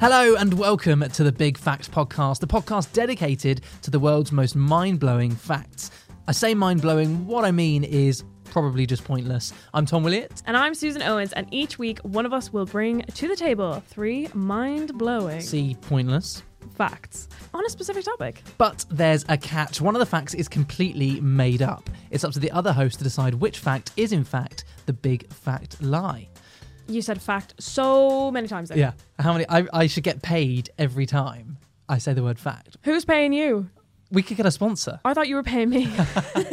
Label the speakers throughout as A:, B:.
A: Hello and welcome to the Big Facts Podcast, the podcast dedicated to the world's most mind blowing facts. I say mind blowing, what I mean is probably just pointless. I'm Tom Willett.
B: And I'm Susan Owens, and each week one of us will bring to the table three mind blowing
A: See, pointless.
B: facts on a specific topic.
A: But there's a catch. One of the facts is completely made up. It's up to the other host to decide which fact is, in fact, the big fact lie.
B: You said fact so many times. There.
A: Yeah. How many? I, I should get paid every time I say the word fact.
B: Who's paying you?
A: We could get a sponsor.
B: I thought you were paying me.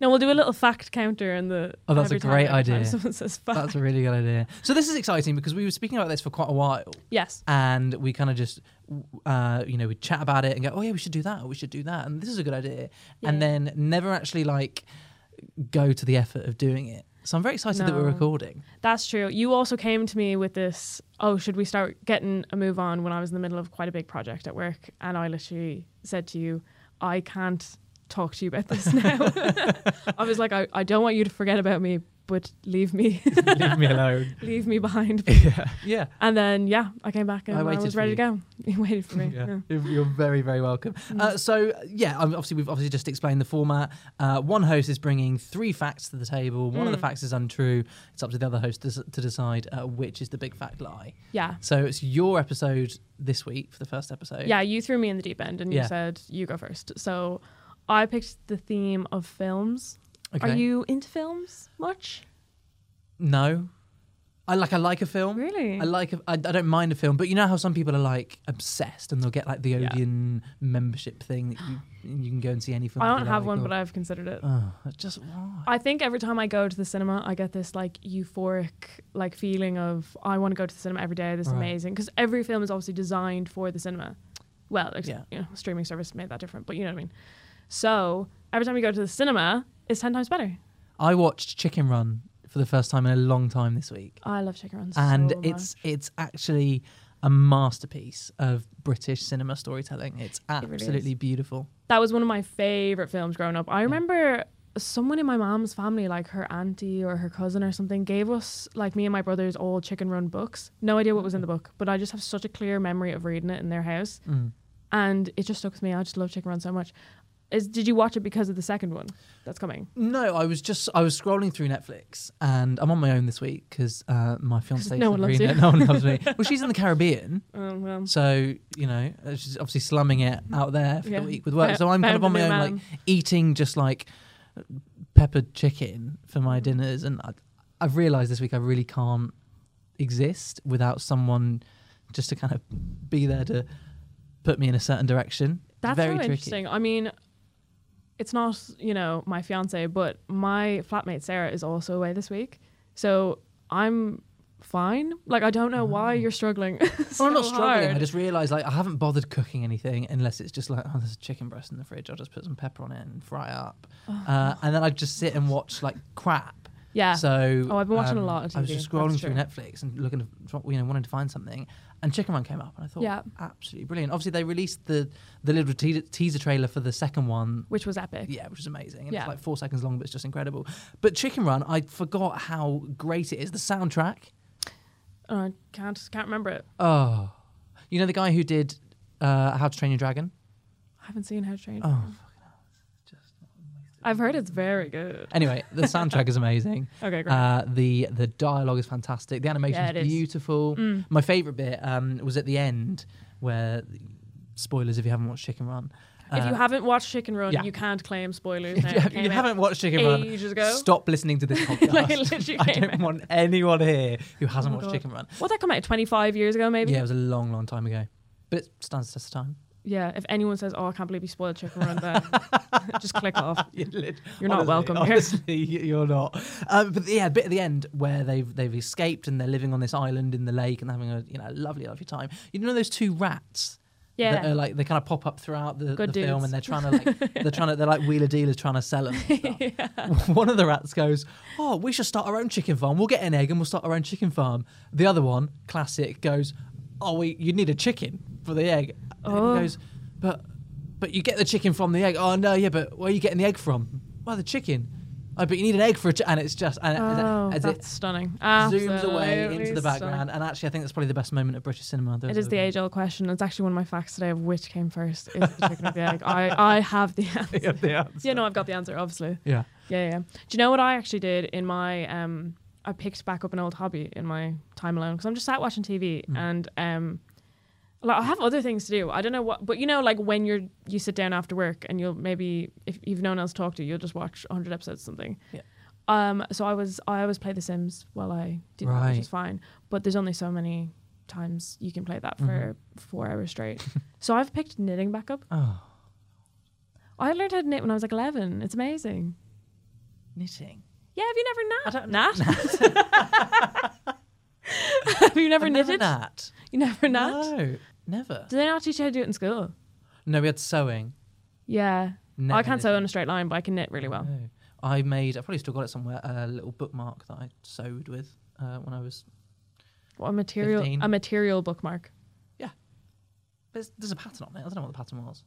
B: no, we'll do a little fact counter in the.
A: Oh, that's a
B: every time-
A: great
B: every time
A: idea.
B: Someone says fact.
A: That's a really good idea. So, this is exciting because we were speaking about this for quite a while.
B: yes.
A: and we kind of just uh, you know we chat about it and go oh yeah we should do that we should do that and this is a good idea and
B: Yeah.
A: then never actually like go to the effort of doing it so i'm very excited that we're
B: No.
A: recording
B: That's true. You also came to me with this, oh, should we start getting a move on when I was in the middle of quite a big project at work? And I literally said to you, I can't talk to you about this now. I was like, I, I don't want you to forget about me, but leave me,
A: leave me alone
B: leave me behind.
A: yeah yeah
B: And then, yeah, I came back and
A: I
B: I,
A: waited
B: was
A: for
B: ready
A: you.
B: to go. You waited for me. yeah. Mm.
A: You're you're very, very welcome. Uh, so, yeah, um, obviously we've obviously just explained the format. Uh, one host is bringing three facts to the table. One of
B: Mm.
A: the facts is untrue. It's up to the other host to, s- to decide uh, which is the big fact lie.
B: yeah.
A: So it's your episode this week for the first episode.
B: Yeah, you threw me in the deep end and
A: Yeah.
B: you said, you go first. So I picked the theme of films.
A: Okay.
B: Are you into films much?
A: No, I like I like a film.
B: Really?
A: I like a, I, I don't mind a film, but you know how some people are like obsessed and they'll get like the
B: Yeah.
A: Odeon membership thing that you you can go and see any film.
B: I don't have one, but I've considered it.
A: I just why?
B: I think every time I go to the cinema, I get this like euphoric like feeling of I want to go to the cinema every day. This is
A: Right.
B: amazing because every film is obviously designed for the cinema. Well, ex-
A: Yeah.
B: you know, streaming service made that different, but you know what I mean. So every time we go to the cinema, it's ten times better.
A: I watched Chicken Run for the first time in a long time this week,
B: I love Chicken Run.
A: and
B: so
A: it's it's actually a masterpiece of British cinema storytelling. It's
B: really is.
A: absolutely beautiful.
B: much. that was one of my favorite films growing up. I remember someone in my mom's family, like her auntie or her cousin or something, gave us like me and my brothers old Chicken Run books. No idea what was in the book, but I just have such a clear memory of reading it in their house.
A: Mm.
B: and it just stuck with me. I just love Chicken Run so much. Is did you watch it because of the second one that's coming?
A: No, I was just I was scrolling through Netflix, and I'm on my own this week because uh, my fiance
B: no one loves
A: Sabrina-
B: you.
A: no one loves me. Well, she's in the Caribbean,
B: Um, well,
A: so you know uh, she's obviously slumming it out there for
B: Yeah.
A: the week with work.
B: Found-
A: so I'm kind of on
B: found
A: my
B: the
A: own,
B: new
A: like
B: man.
A: eating just like peppered chicken for my
B: Mm.
A: dinners, and I, I've realised this week I really can't exist without someone just to kind of be there to put me in a certain direction. It's
B: that's
A: very
B: so
A: tricky.
B: interesting. I mean, it's not you know my fiance, but my flatmate Sarah is also away this week, so I'm fine. Like I don't know why you're struggling.
A: Oh, I'm not
B: so
A: struggling. I
B: hard.
A: just realised like I haven't bothered cooking anything unless it's just like oh, there's a chicken breast in the fridge. I'll just put some pepper on it and fry it up, uh, and then I just sit and watch like crap.
B: Oh, yeah.
A: So um,
B: Oh, I've been watching a lot of
A: I was
B: TV,
A: just
B: that's
A: scrolling through
B: true.
A: Netflix and looking, to, you know, wanting to find something, and Chicken Run came up, and I thought,
B: Yeah.
A: absolutely brilliant. Obviously, they released the the little te- teaser trailer for the second one.
B: which was epic.
A: Yeah, which is amazing. And
B: Yeah.
A: It's like four seconds long, but it's just incredible. But Chicken Run, I forgot how great it is. The soundtrack.
B: Uh, can't can't remember it.
A: Oh, you know the guy who did uh, How to Train Your Dragon.
B: I haven't seen How to Train.
A: Oh.
B: I've heard it's very good.
A: Anyway, the soundtrack is amazing.
B: Okay, great.
A: Uh, the the dialogue is fantastic. The animation
B: Yeah, it
A: is
B: is. Mm.
A: beautiful. My favorite bit um, was at the end where spoilers if you haven't watched Chicken Run.
B: if you
A: Uh,
B: haven't watched Chicken Run,
A: yeah.
B: you can't claim spoilers.
A: if
B: now.
A: you,
B: It
A: have,
B: came out
A: not watched Chicken Run,
B: ages ago.
A: stop listening to this
B: Like, it
A: podcast.
B: literally
A: I
B: came
A: don't
B: out.
A: want anyone here who hasn't
B: my
A: watched
B: God.
A: Chicken Run.
B: What that come out 25 years ago, maybe?
A: Yeah, it was a long, long time ago, but it stands the test of time.
B: Yeah, If anyone says, "Oh, I can't believe you spoiled Chicken Run," then just click off.
A: You're lit-
B: You're not welcome here.
A: Honestly, you're not. Um, but yeah, bit at the end where they've they've escaped and they're living on this island in the lake and having a you know lovely lovely time. You know those two rats. That
B: Yeah.
A: are like they kind of pop up throughout the,
B: Good
A: the film,
B: dudes.
A: and they're trying to like they're trying to they're like wheeler dealers trying to sell them. One of the rats goes, "Oh, we should start our own chicken farm. We'll get an egg and we'll start our own chicken farm." The other one, classic, goes, "Oh, we you need a chicken for the egg." And
B: Oh.
A: he goes, "But but you get the chicken from the egg." Oh no, yeah, but where are you getting the egg from? Well, the chicken. oh, but you need an egg for a ch-, and it's just and
B: Oh,
A: as
B: that's
A: it
B: stunning.
A: zooms away
B: Absolutely
A: into the background. And actually, I think that's probably the best moment of British cinema.
B: stunning.
A: there's
B: It is the
A: ever been.
B: age old question. It's actually one of my facts today of which came first is the chicken or the egg. I, I have the answer.
A: Yeah, the answer.
B: Yeah, no, I've got the answer, obviously.
A: Yeah.
B: Yeah, yeah. Do you know what I actually did in my um I picked back up an old hobby in my time alone because I'm just sat watching TV
A: Mm.
B: and um like I have other things to do. I don't know what but you know like when you're you sit down after work and you'll maybe if you've no one else to talk to, you'll just watch 100 episodes of something.
A: Yeah.
B: Um so I was I always play The Sims while I do that,
A: Right.
B: which is fine, but there's only so many times you can play that for 4 hours straight. so I've picked knitting back up.
A: Mm-hmm. Oh,
B: I learned how to knit when I was like 11. It's amazing.
A: knitting.
B: Yeah, have you never
A: I
B: knit? Nat? have you never
A: I've Never
B: knitted?
A: that.
B: You never knit?
A: No, never.
B: Do they not teach you how to do it in school?
A: No, we had sewing.
B: Yeah.
A: Never
B: Oh, I can't sew
A: knitting.
B: in a straight line, but I can knit really well.
A: No. I made. I probably still got it somewhere. A little bookmark that I sewed with uh, when I was.
B: What a material
A: 15.
B: a material bookmark.
A: There's, there's a pattern on it. I don't know what the pattern was.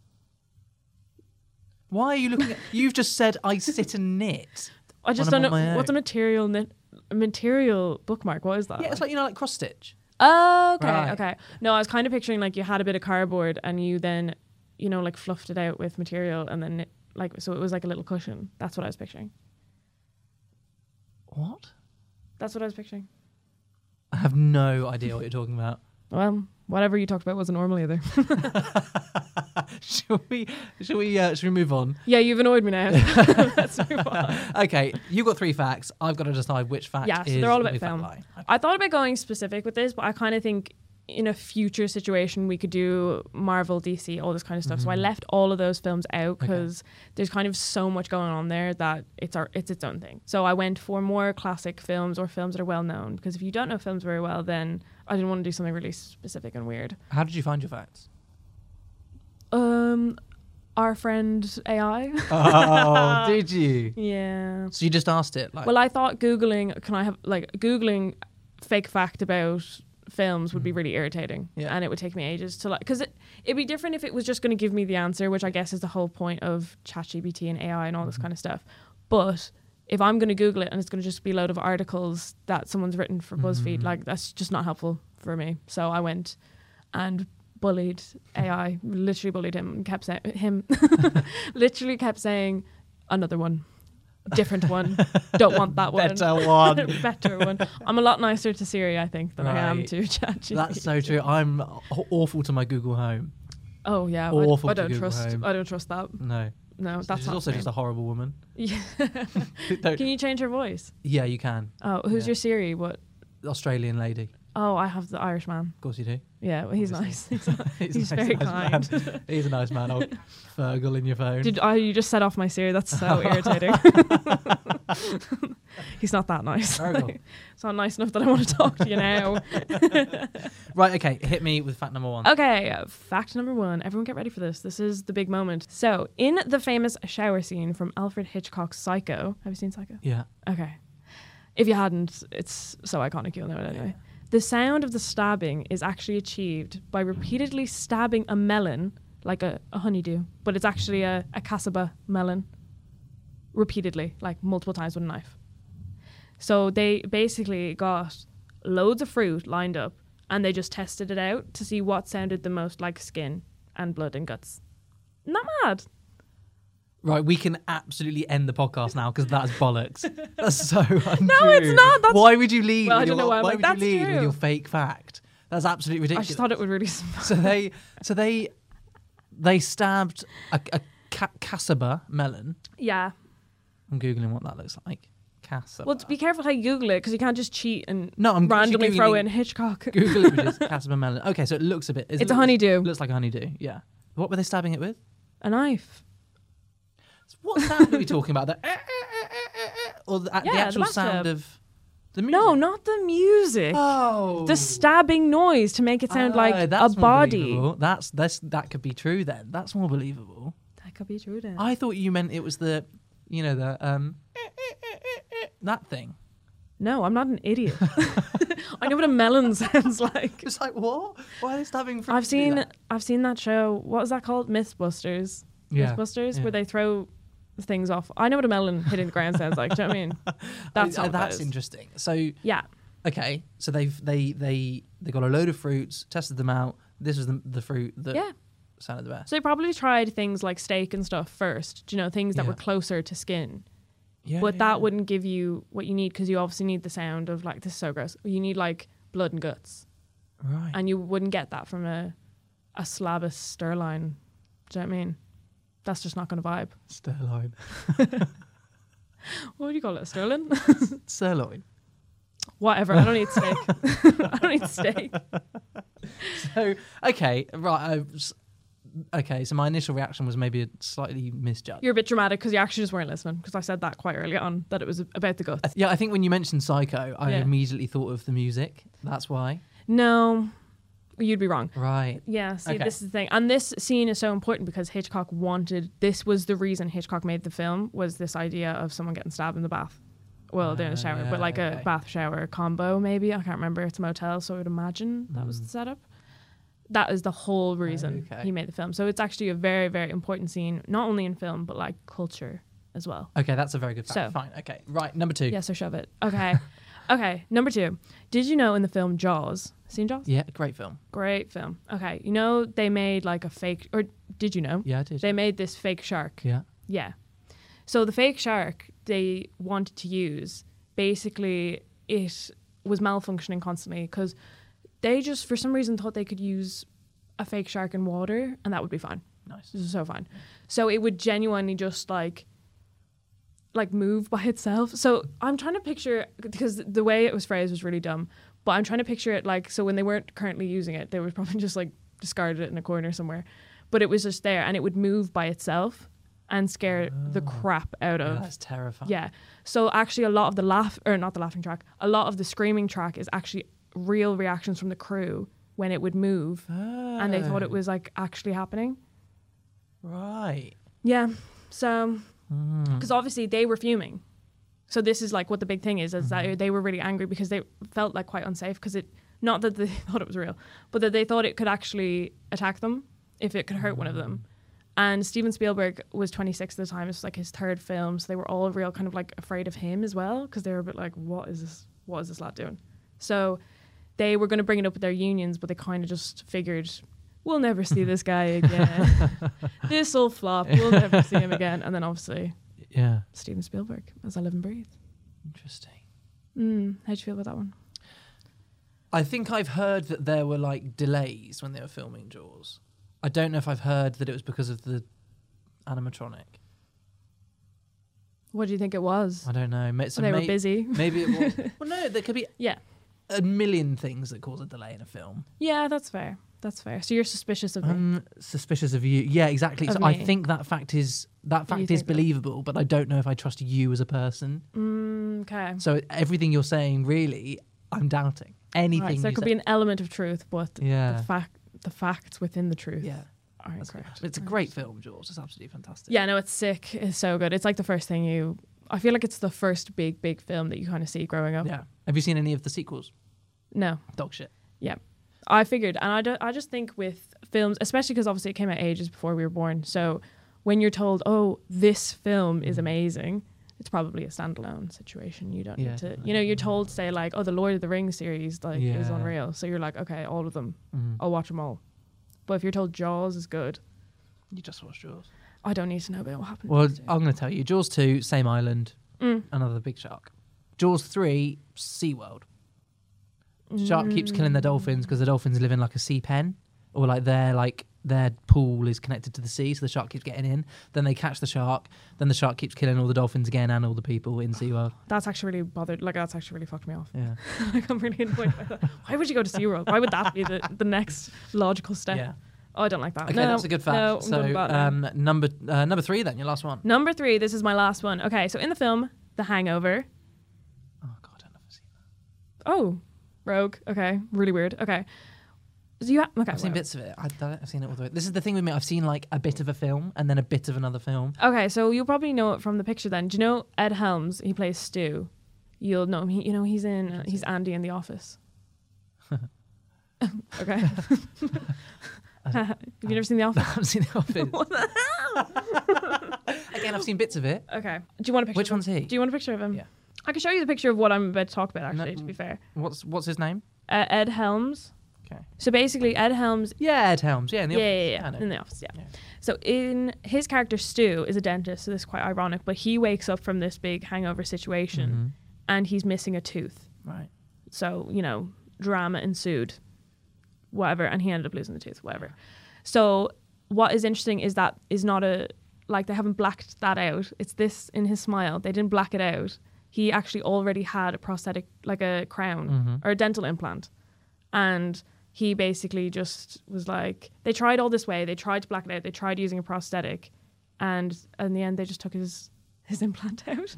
A: Why are you looking? at... You've just said I sit and knit.
B: I just
A: I'm
B: don't
A: on my
B: know what's a
A: own.
B: material knit a material bookmark. What is that?
A: Yeah, it's like you know, like cross stitch.
B: oh, okay,
A: Right.
B: okay. No, I was kind of picturing like you had a bit of cardboard and you then, you know, like fluffed it out with material and then knit, like so it was like a little cushion. That's what I was picturing.
A: What?
B: That's what I was picturing.
A: I have no idea what you're talking about.
B: Well, whatever you talked about wasn't normal either.
A: Shall we? Shall we? Uh, shall we move on?
B: Yeah, you've annoyed me now. Let's move on.
A: Okay, you got three facts. I've got to decide which fact.
B: Yeah, so
A: is
B: they're all about
A: new fact
B: film.
A: lie. Okay.
B: I thought about going specific with this, but I kind of think in a future situation we could do Marvel, DC, all this kind of stuff. So I left all of those films out because there's kind of so much going on there that it's our it's its own thing. So I went for more classic films or films that are well known because if you don't know films very well, then I didn't want to do something really specific and weird.
A: How did you find your facts?
B: Um, our friend AI.
A: Oh, did you?
B: yeah.
A: So you just asked it, like,
B: Well, I thought googling can I have like googling fake fact about films would be really irritating,
A: Mm. Yeah.
B: and it would take me ages to like because it it'd be different if it was just going to give me the answer, which I guess is the whole point of ChatGPT and AI and all
A: Mm-hmm.
B: this kind of stuff. But if I'm going to Google it and it's going to just be a load of articles that someone's written for
A: Mm.
B: BuzzFeed, like that's just not helpful for me. So I went and bullied AI, literally bullied him, and kept saying him, literally kept saying another one, different one, don't want that one.
A: better one.
B: Better one. I'm a lot nicer to Siri, I think, than I am
A: Right.
B: to ChatGPT.
A: That's so true. I'm aw- awful to my Google Home.
B: Oh yeah, I-
A: Awful
B: I,
A: to
B: don't
A: Google
B: trust.
A: Home.
B: I don't trust that.
A: No,
B: No, Oh, that's
A: she's
B: not
A: also
B: me.
A: just a horrible woman.
B: Yeah.
A: Don't-
B: Can you change your voice?
A: yeah, you can.
B: Oh, who's
A: Yeah.
B: your Siri? What?
A: Australian lady,
B: Oh, I have the Irish man.
A: of course you do.
B: Yeah, well, he's nice.
A: Obviously.
B: He's, not- he's
A: a
B: very
A: man.
B: kind.
A: He's a nice man. Old Fergal in your phone.
B: Did oh, you just set off my Siri? That's so irritating. he's not that nice.
A: Fergal.
B: It's not nice enough that I want to talk to you now.
A: Right. Okay. Hit me with fact number one.
B: Okay, fact number one. Everyone get ready for this. This is the big moment. So, in the famous shower scene from Alfred Hitchcock's Psycho, have you seen Psycho?
A: Yeah.
B: Okay. If you hadn't, it's so iconic, you'll know it anyway. The sound of the stabbing is actually achieved by repeatedly stabbing a melon, like a, a honeydew, but it's actually a, a cassava melon, repeatedly, like multiple times with a knife. So they basically got loads of fruit lined up and they just tested it out to see what sounded the most like skin and blood and guts. Not mad.
A: Right. We can absolutely end the podcast now because that's bollocks. That's so untrue.
B: No, it's not. That's-
A: Why would you lead?
B: Well, I
A: with
B: don't
A: your,
B: know why I'm like,
A: would
B: that's
A: you lead
B: true.
A: with your fake fact? That's absolutely
B: I
A: ridiculous.
B: just thought it would really smell.
A: so they, so they, they stabbed a, a ca- cassava melon.
B: Yeah.
A: I'm googling what that looks like. Cassava.
B: Well, be careful how you Google it because you can't just cheat and
A: no, I'm
B: randomly
A: actually
B: throw
A: Googling-
B: in Hitchcock.
A: Google images, cassava melon. Okay, so it looks a bit.
B: It's a honeydew.
A: Looks like a honeydew. Yeah. What were they stabbing it with?
B: A knife.
A: What sound are we talking about? The eh, eh, eh, eh, eh, eh, or the, the
B: Yeah, the
A: actual
B: bathtub.
A: sound of the music?
B: No, not the music.
A: Oh.
B: The stabbing noise to make it sound
A: Ah,
B: like a
A: that's more
B: body.
A: believable. That's that's that could be true then. That's more believable.
B: That could be true then.
A: I thought you meant it was the, you know the um, eh, eh, eh, eh, eh, that thing.
B: No, I'm not an idiot. I know what a melon sounds like.
A: It's like what? Why are they stabbing? fruit
B: I've
A: to do
B: seen
A: that?
B: I've seen that show. What was that called? Mythbusters.
A: Yeah,
B: Mythbusters,
A: yeah.
B: where they throw things off. I know what a melon hidden in the ground sounds like. Do you know what I mean? That's
A: Uh,
B: not what that
A: that's
B: is.
A: interesting. So
B: Yeah,
A: okay, so they've they they they got a load of fruits, tested them out. This was the, the fruit that
B: yeah.
A: sounded the best.
B: So they probably tried things like steak and stuff first. Do you know things that
A: Yeah.
B: were closer to skin?
A: Yeah,
B: but
A: yeah,
B: that
A: yeah.
B: wouldn't give you what you need because you obviously need the sound of like this is so gross. You need like blood and guts,
A: right.
B: and you wouldn't get that from a a slab of sterling. Do you know what I mean? That's just not going to vibe.
A: Sirloin.
B: What do you call it, a sterling?
A: Sirloin.
B: Whatever. I don't need steak. I don't need steak.
A: So okay, right. I was- okay, so my initial reaction was maybe a slightly misjudged.
B: You're a bit dramatic because you actually just weren't listening because I said that quite early on that it was about the guts.
A: I th- yeah, I think when you mentioned Psycho, I
B: Yeah.
A: immediately thought of the music. That's why.
B: No, you'd be wrong.
A: Right.
B: Yeah, see,
A: Okay.
B: this is the thing, and this scene is so important because Hitchcock wanted. This was the reason Hitchcock made the film was this idea of someone getting stabbed in the bath, well, during the
A: Ah,
B: shower,
A: yeah,
B: but like
A: okay.
B: a bath shower combo, maybe I can't remember. It's a motel, so I would imagine that was the setup. That is the whole reason
A: Hmm. Okay.
B: he made the film. So it's actually a very, very important scene, not only in film but like culture as well.
A: Okay, that's a very good fact.
B: So-
A: Fine. Okay. Right. Number two.
B: Yes, or shove it. Okay, okay. Number two, did you know in the film Jaws, seen Jaws?
A: Yeah. Great film.
B: Great film. Okay, you know they made like a fake, or did you know?
A: Yeah, I did.
B: They made this fake shark.
A: yeah.
B: Yeah. So the fake shark they wanted to use, basically, it was malfunctioning constantly because they just, for some reason, thought they could use a fake shark in water and that would be fine.
A: Nice.
B: This is so fun. So it would genuinely just like like move by itself. So I'm trying to picture because the way it was phrased was really dumb, but I'm trying to picture it like so when they weren't currently using it, they were probably just like discarded it in a corner somewhere. But it was just there and it would move by itself and scare the crap out
A: Yeah,
B: of
A: that's terrifying.
B: yeah. So actually, a lot of the laugh or not the laughing track, a lot of the screaming track is actually real reactions from the crew when it would move, and they thought it was like actually happening.
A: Right. Hmm.
B: Yeah. So, because obviously they were fuming. So this is like what the big thing is, is that they were really angry because they felt like quite unsafe because it, not that they thought it was real, but that they thought it could actually attack them if it could hurt one of them. And Steven Spielberg was 26 at the time. It was like his third film, so they were all real kind of like afraid of him as well because they were a bit like, what is this? What is this lad doing? So they were going to bring it up with their unions, but they kind of just figured, we'll never see this guy again. this will flop. We'll never see him again. And then obviously
A: Yeah.
B: Steven Spielberg, as I live and breathe.
A: Interesting.
B: Mm, how'd you feel about that one?
A: I think I've heard that there were like delays when they were filming Jaws. I don't know if I've heard that it was because of the animatronic.
B: What do you think it was?
A: I don't know. Ma- so
B: they were
A: may-
B: busy.
A: Maybe it was. well, no, there could be
B: Yeah.
A: a million things that cause a delay in a film.
B: Yeah, that's fair. That's fair. So you're suspicious of me.
A: I'm suspicious of you. Yeah, exactly.
B: Of
A: so I
B: me.
A: think that fact is that fact is
B: think that-
A: believable, but I don't know if I trust you as a person.
B: Mm, okay.
A: So everything you're saying, really, I'm doubting anything.
B: Alright, so there
A: you
B: could
A: say.
B: be an element of truth, but
A: yeah,
B: the fact the facts within the truth
A: yeah.
B: are
A: That's
B: incorrect.
A: good. It's a great film, Jaws. It's absolutely fantastic.
B: Yeah, no, it's sick. It's so good. It's like the first thing you I feel like it's the first big, big film that you kind of see growing up.
A: yeah. Have you seen any of the sequels?
B: No.
A: Dog shit.
B: I figured, and I, don't, I just think with films, especially because obviously it came out ages before we were born. So when you're told, "Oh, this film
A: Mm-hmm.
B: is amazing," it's probably a standalone situation. You don't
A: Yeah,
B: need to,
A: definitely.
B: you know, you're told, say like, "Oh, the Lord of the Rings series like is
A: Yeah.
B: unreal," so you're like, "Okay, all of them,
A: Mhm.
B: I'll watch them all." But if you're told Jaws is good,
A: You just watched Jaws.
B: I don't need to know about what happened.
A: Well, um,
B: next.
A: I'm going to tell you. Jaws two, same island,
B: Mm.
A: another big shark. Jaws three, SeaWorld.
B: Mm.
A: Shark keeps killing the dolphins because the dolphins live in like a sea pen or like their like their pool is connected to the sea, so the shark keeps getting in. Then they catch the shark. Then the shark keeps killing all the dolphins again and all the people in SeaWorld.
B: that's actually really bothered. Like that's actually really fucked me off.
A: Yeah,
B: like I'm really annoyed by that. Why would you go to SeaWorld? Why would that be the, the next logical step?
A: yeah.
B: Oh, I don't like that.
A: Okay,
B: no,
A: that's a good fact.
B: No, I'm done
A: so
B: about that.
A: um,
B: Mm.
A: number uh, number three, then your last one.
B: Number three, this is my last one. Okay, so in the film The Hangover.
A: Oh god, I've never seen. That.
B: Oh, Rogue. Okay, really weird. Okay. So you ha- okay,
A: I've seen
B: wow.
A: bits of it. I don't, I've seen it all the way. This is the thing with me. I've seen like a bit of a film and then a bit of another film.
B: Okay, so you'll probably know it from the picture then. Do you know Ed Helms? He plays Stu. You'll know him. He, you know, he's in, uh, he's Andy in The Office. okay. Have you never seen The Office?
A: I've seen it. all bit.
B: What the hell?
A: okay, again, I've seen bits of it.
B: Okay. Do you want a picture?
A: Which
B: of him?
A: one's he?
B: Do you want a picture of him?
A: Yeah.
B: I can show you the picture of what I'm about to talk about.
A: No.
B: Actually, to be fair,
A: What's what's his name?
B: uh, Ed Helms.
A: Okay.
B: So basically, Ed Helms
A: Yeah, Ed Helms. Yeah, in the
B: yeah,
A: office.
B: yeah,
A: I
B: yeah,
A: know.
B: in the office. Yeah.
A: Yeah.
B: So in his character Stu is a dentist, so this is quite ironic. But he wakes up from this big hangover situation,
A: Mm-hmm.
B: and he's missing a tooth.
A: Right.
B: So you know, drama ensued, whatever, and he ended up losing the tooth, whatever. So what is interesting is that is not a like they haven't blacked that out. It's this in his smile. They didn't black it out. He actually already had a prosthetic, like a crown or a dental implant, and he basically just was like, they tried all this way. They tried to black it out. They tried using a prosthetic, and in the end, they just took his his implant out.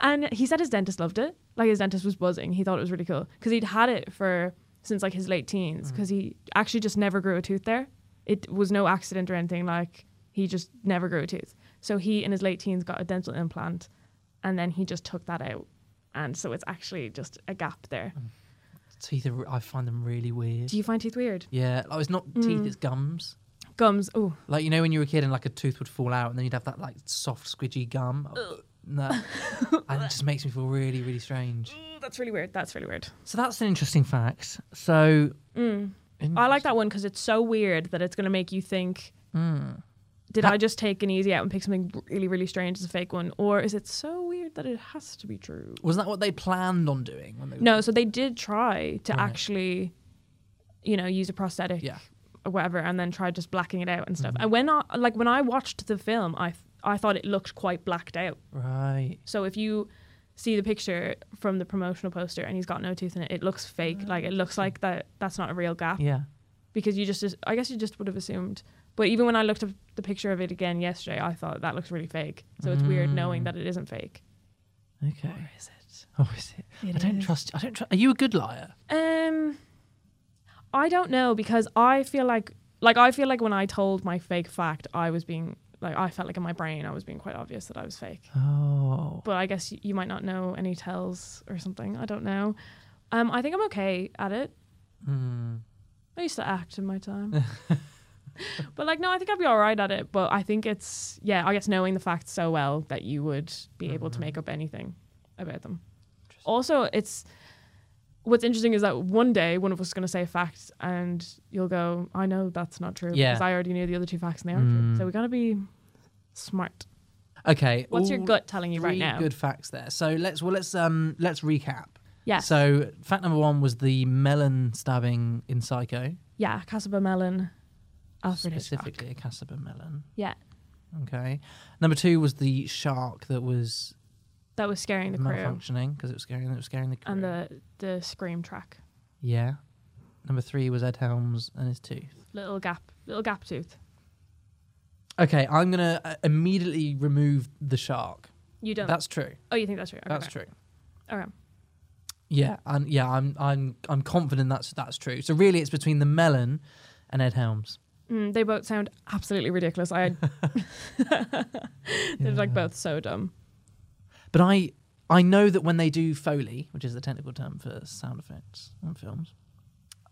B: and he said his dentist loved it. Like his dentist was buzzing. He thought it was really cool because he'd had it for since like his late teens because he actually just never grew a tooth there. It was no accident or anything. Like he just never grew a tooth. So he in his late teens got a dental implant, and then he just took that out, and so it's actually just a gap there.
A: Teeth. Are, I find them really weird.
B: Do you Mm. find teeth weird?
A: Yeah, like it's not teeth, it's gums.
B: Gums. Oh,
A: Like you know when you were a kid and like a tooth would fall out and then you'd have that like soft squidgy gum. No, and it just makes me feel really really strange.
B: that's really weird. That's really weird.
A: So that's an interesting fact. So in-
B: Mm. I like that one because it's so weird that it's going to make you think,
A: Hmm.
B: did I just take an easy out and pick something really, really strange as a fake one? Or is it so weird that it has to be true?
A: wasn't that what they planned on doing when they
B: No, so they did try to
A: Right.
B: actually, you know, use a prosthetic
A: Yeah. Mm-hmm.
B: or whatever and then try just blacking it out and stuff. And when I, like, when I watched the film, I, I thought it looked quite blacked out.
A: Right.
B: So if you see the picture from the promotional poster and he's got no tooth in it, it looks fake. Like, it looks like that that's not a real gap
A: Yeah.
B: because you just I guess you just would have assumed. But even when I looked up the picture of it again yesterday, I thought that looks really fake. So it's weird knowing that it isn't fake.
A: Okay.
B: is it?
A: Oh, is it? I don't trust. I don't. Tr- Are you a good liar?
B: Um, I don't know because I feel like like I feel like when I told my fake fact, I was being like I felt like in my brain I was being quite obvious that I was fake.
A: Oh.
B: But I guess you, you might not know any tells or something. I don't know. Um, I think I'm okay at it.
A: Hmm.
B: I used to act in my time. but like no, I think I'd be all right at it. But I think it's yeah, I guess knowing the facts so well that you would be able
A: Mm-hmm.
B: to make up anything about them. Also, it's what's interesting is that one day one of us is going to say a fact and you'll go, I know that's not true
A: Yeah. Mm.
B: because I already knew the other two facts and they aren't true. So we got to be smart.
A: Okay.
B: What's your
A: all
B: gut telling you right
A: three
B: now?
A: Good facts there. So let's well let's um let's recap.
B: Yes.
A: So fact number one was the melon stabbing in Psycho,
B: yeah, Cassava Melon, Alfred Hitchcock.
A: specifically a cassava melon.
B: Yeah,
A: Okay. Number two was the shark that was
B: that was scaring the crew
A: malfunctioning because it was scaring it was scaring the crew.
B: and the the scream track.
A: yeah. Number three was Ed Helms and his tooth.
B: Little gap, little gap tooth.
A: Okay, I'm gonna uh, immediately remove the shark.
B: You don't.
A: That's true.
B: oh, you think that's true? Okay,
A: That's
B: okay.
A: true.
B: Okay.
A: Yeah, and yeah, I'm I'm I'm confident that's that's true. So really, it's between the melon and Ed Helms.
B: Mm, they both sound absolutely ridiculous. I. They're like both so dumb.
A: But I I know that when they do foley, which is the technical term for sound effects on films,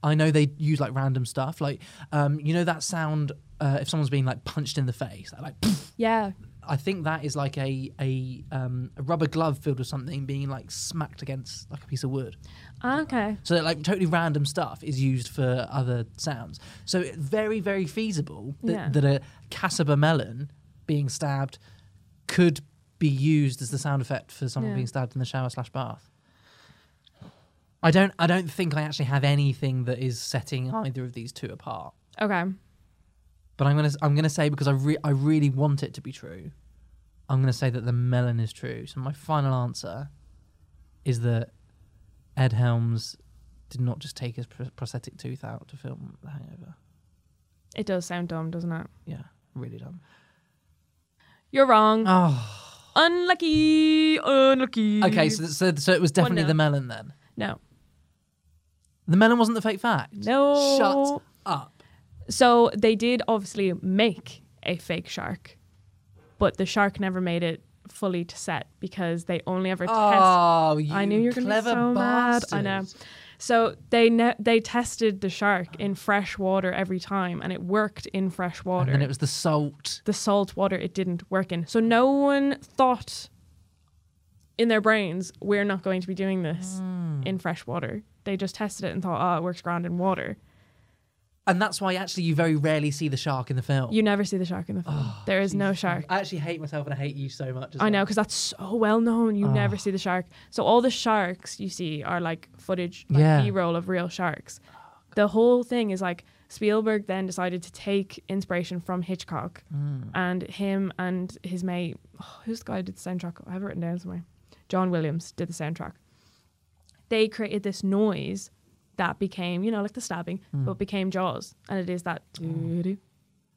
A: I know they use like random stuff, like um, you know that sound uh, if someone's being like punched in the face, like.
B: Yeah.
A: I think that is like a a, um, a rubber glove filled with something being like smacked against like a piece of wood.
B: Ah, Okay.
A: So that, like totally random stuff is used for other sounds. So it- very very feasible that,
B: Yeah.
A: that a cassava melon being stabbed could be used as the sound effect for someone
B: Yeah.
A: being stabbed in the shower slash bath. I don't I don't think I actually have anything that is setting either of these two apart.
B: Okay.
A: But I'm gonna I'm gonna say because I re- I really want it to be true. I'm gonna say that the melon is true. So my final answer is that Ed Helms did not just take his pr- prosthetic tooth out to film The Hangover.
B: It does sound dumb, doesn't it?
A: Yeah, really dumb.
B: You're wrong.
A: Oh,
B: unlucky. Unlucky.
A: okay. So th- so, so it was definitely
B: nil.
A: the melon then.
B: no.
A: The melon wasn't the fake fact.
B: No.
A: Shut up.
B: So they did obviously make a fake shark, but the shark never made it fully to set because they only ever test
A: Oh, you
B: I knew you were going to be
A: clever
B: so mad. I know.
A: bastards.
B: So they ne- they tested the shark in fresh water every time, and it worked in fresh
A: And
B: water.
A: then it was the salt.
B: the salt water it didn't work in. So no one thought in their brains we're not going to be doing this
A: Hmm.
B: in fresh water. They just tested it and thought, oh, it works grand in water.
A: And that's why actually you very rarely see the shark in the film.
B: You never see the shark in the film.
A: Oh,
B: there is no shark.
A: I actually hate myself and I hate you so much. As
B: I
A: well. Ah.
B: know because that's so well known. You never see the shark. So all the sharks you see are like footage, like
A: Yeah.
B: B-roll of real sharks. The whole thing is like Spielberg then decided to take inspiration from Hitchcock,
A: Mm.
B: and him and his mate, oh, who's the guy who did the soundtrack? I have it written down somewhere. John Williams did the soundtrack. They created this noise that became, you know, like the stabbing,
A: Mm.
B: but became Jaws, and it is that doo doo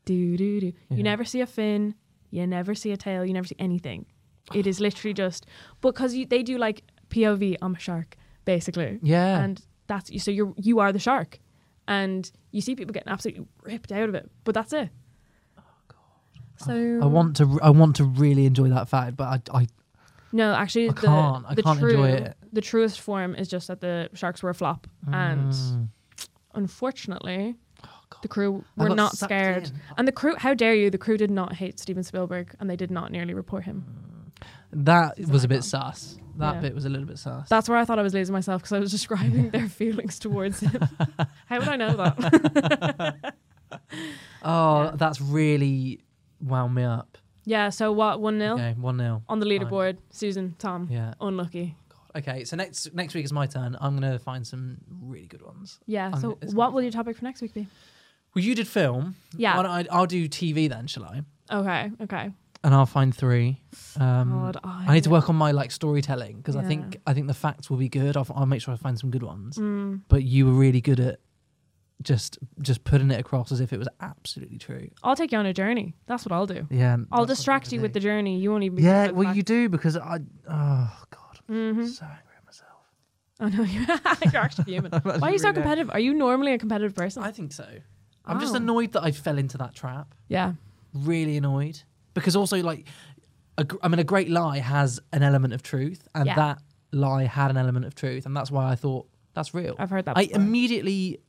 B: doo doo doo. You never see a fin, you never see a tail, you never see anything. It is literally just because you, they do like POV. I'm a shark, basically.
A: Yeah.
B: And that's so you're you are the shark, and you see people getting absolutely ripped out of it, but that's it. So
A: Oh, I want to. I want to really enjoy that fact, but I. I
B: no, actually,
A: I
B: the,
A: can't. I
B: the
A: can't
B: true,
A: enjoy it.
B: The truest form is just that the sharks were a flop,
A: Mm.
B: and unfortunately, the crew
A: Oh, I
B: were
A: got
B: not
A: sucked
B: scared.
A: in.
B: And the crew, how dare you? The crew did not hate Steven Spielberg, and they did not nearly report him.
A: that was a bit sus. That
B: Yeah.
A: bit was a little bit sus.
B: That's where I thought I was losing myself because I was describing their feelings towards him. how would I know that?
A: oh, that's really wound me up.
B: yeah. So what? One 0
A: Okay, one 0
B: on the leaderboard. Susan, Tom,
A: Yeah.
B: unlucky.
A: Okay, so next next week is my turn. I'm gonna find some really good ones.
B: Yeah.
A: I'm-
B: So
A: it's
B: what
A: gonna
B: will your topic for next week be?
A: Well, you did film.
B: Yeah.
A: Why don't I, I'll do TV then, shall I?
B: Okay. Okay.
A: And I'll find three. Um,
B: God,
A: I need to work on my like storytelling because I
B: Yeah.
A: think I think the facts will be good. I'll, f- I'll make sure I find some good ones.
B: Hmm,
A: But you were really good at just just putting it across as if it was absolutely true.
B: I'll take you on a journey. That's what I'll do.
A: Yeah, and
B: I'll
A: that's what I'm
B: distract you
A: gonna
B: with the
A: do.
B: journey. You won't even. Be
A: Yeah,
B: distracted
A: well,
B: back.
A: you do because I. Oh God, I'm
B: Mhm.
A: so angry at myself.
B: I know you- you're actually human. Why are you so
A: really-
B: competitive? Are you normally a competitive person?
A: I think so. I'm just
B: Oh.
A: annoyed that I fell into that trap.
B: yeah.
A: really annoyed because also like a gr- I mean a great lie has an element of truth and
B: Yeah.
A: that lie had an element of truth and that's why I thought that's real.
B: I've heard that
A: I
B: before.
A: immediately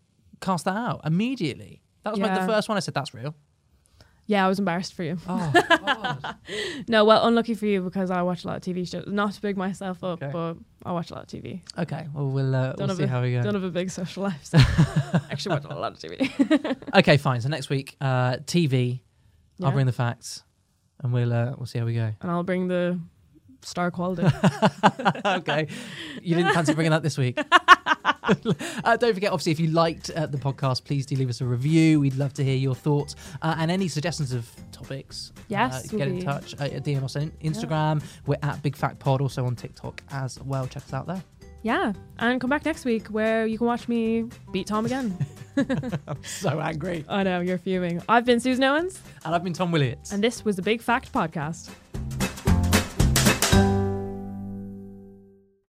A: cast that out immediately. That was like the
B: Yeah.
A: first one I said that's real.
B: Yeah, I was embarrassed for you.
A: Oh,
B: No, well, unlucky for you because I watch a lot of TV shows. Not to big myself up,
A: Okay.
B: but I watch a lot of TV.
A: okay, well we'll, uh,
B: Don't
A: we'll
B: have
A: see
B: a-
A: how we
B: Don't
A: go.
B: have a big social life. So actually, watch a lot of TV.
A: Okay, fine. So next week, uh, TV.
B: Yeah.
A: I'll bring the facts, and we'll uh, we'll see how we go.
B: and I'll bring the star quality.
A: okay. You didn't fancy bringing that this week. uh, don't forget, obviously, if you liked uh, the podcast, please do leave us a review. We'd love to hear your thoughts uh, and any suggestions of topics.
B: Yes,
A: Uh, get in
B: we'll be-
A: touch. Uh, DM us on Instagram. We're at Big Fact Pod, also on TikTok as well. Check us out there.
B: yeah, and come back next week where you can watch me beat Tom again.
A: So angry.
B: I know you're fuming. I've been Susan Owens,
A: And I've been Tom Williams.
B: and this was the Big Fact Podcast.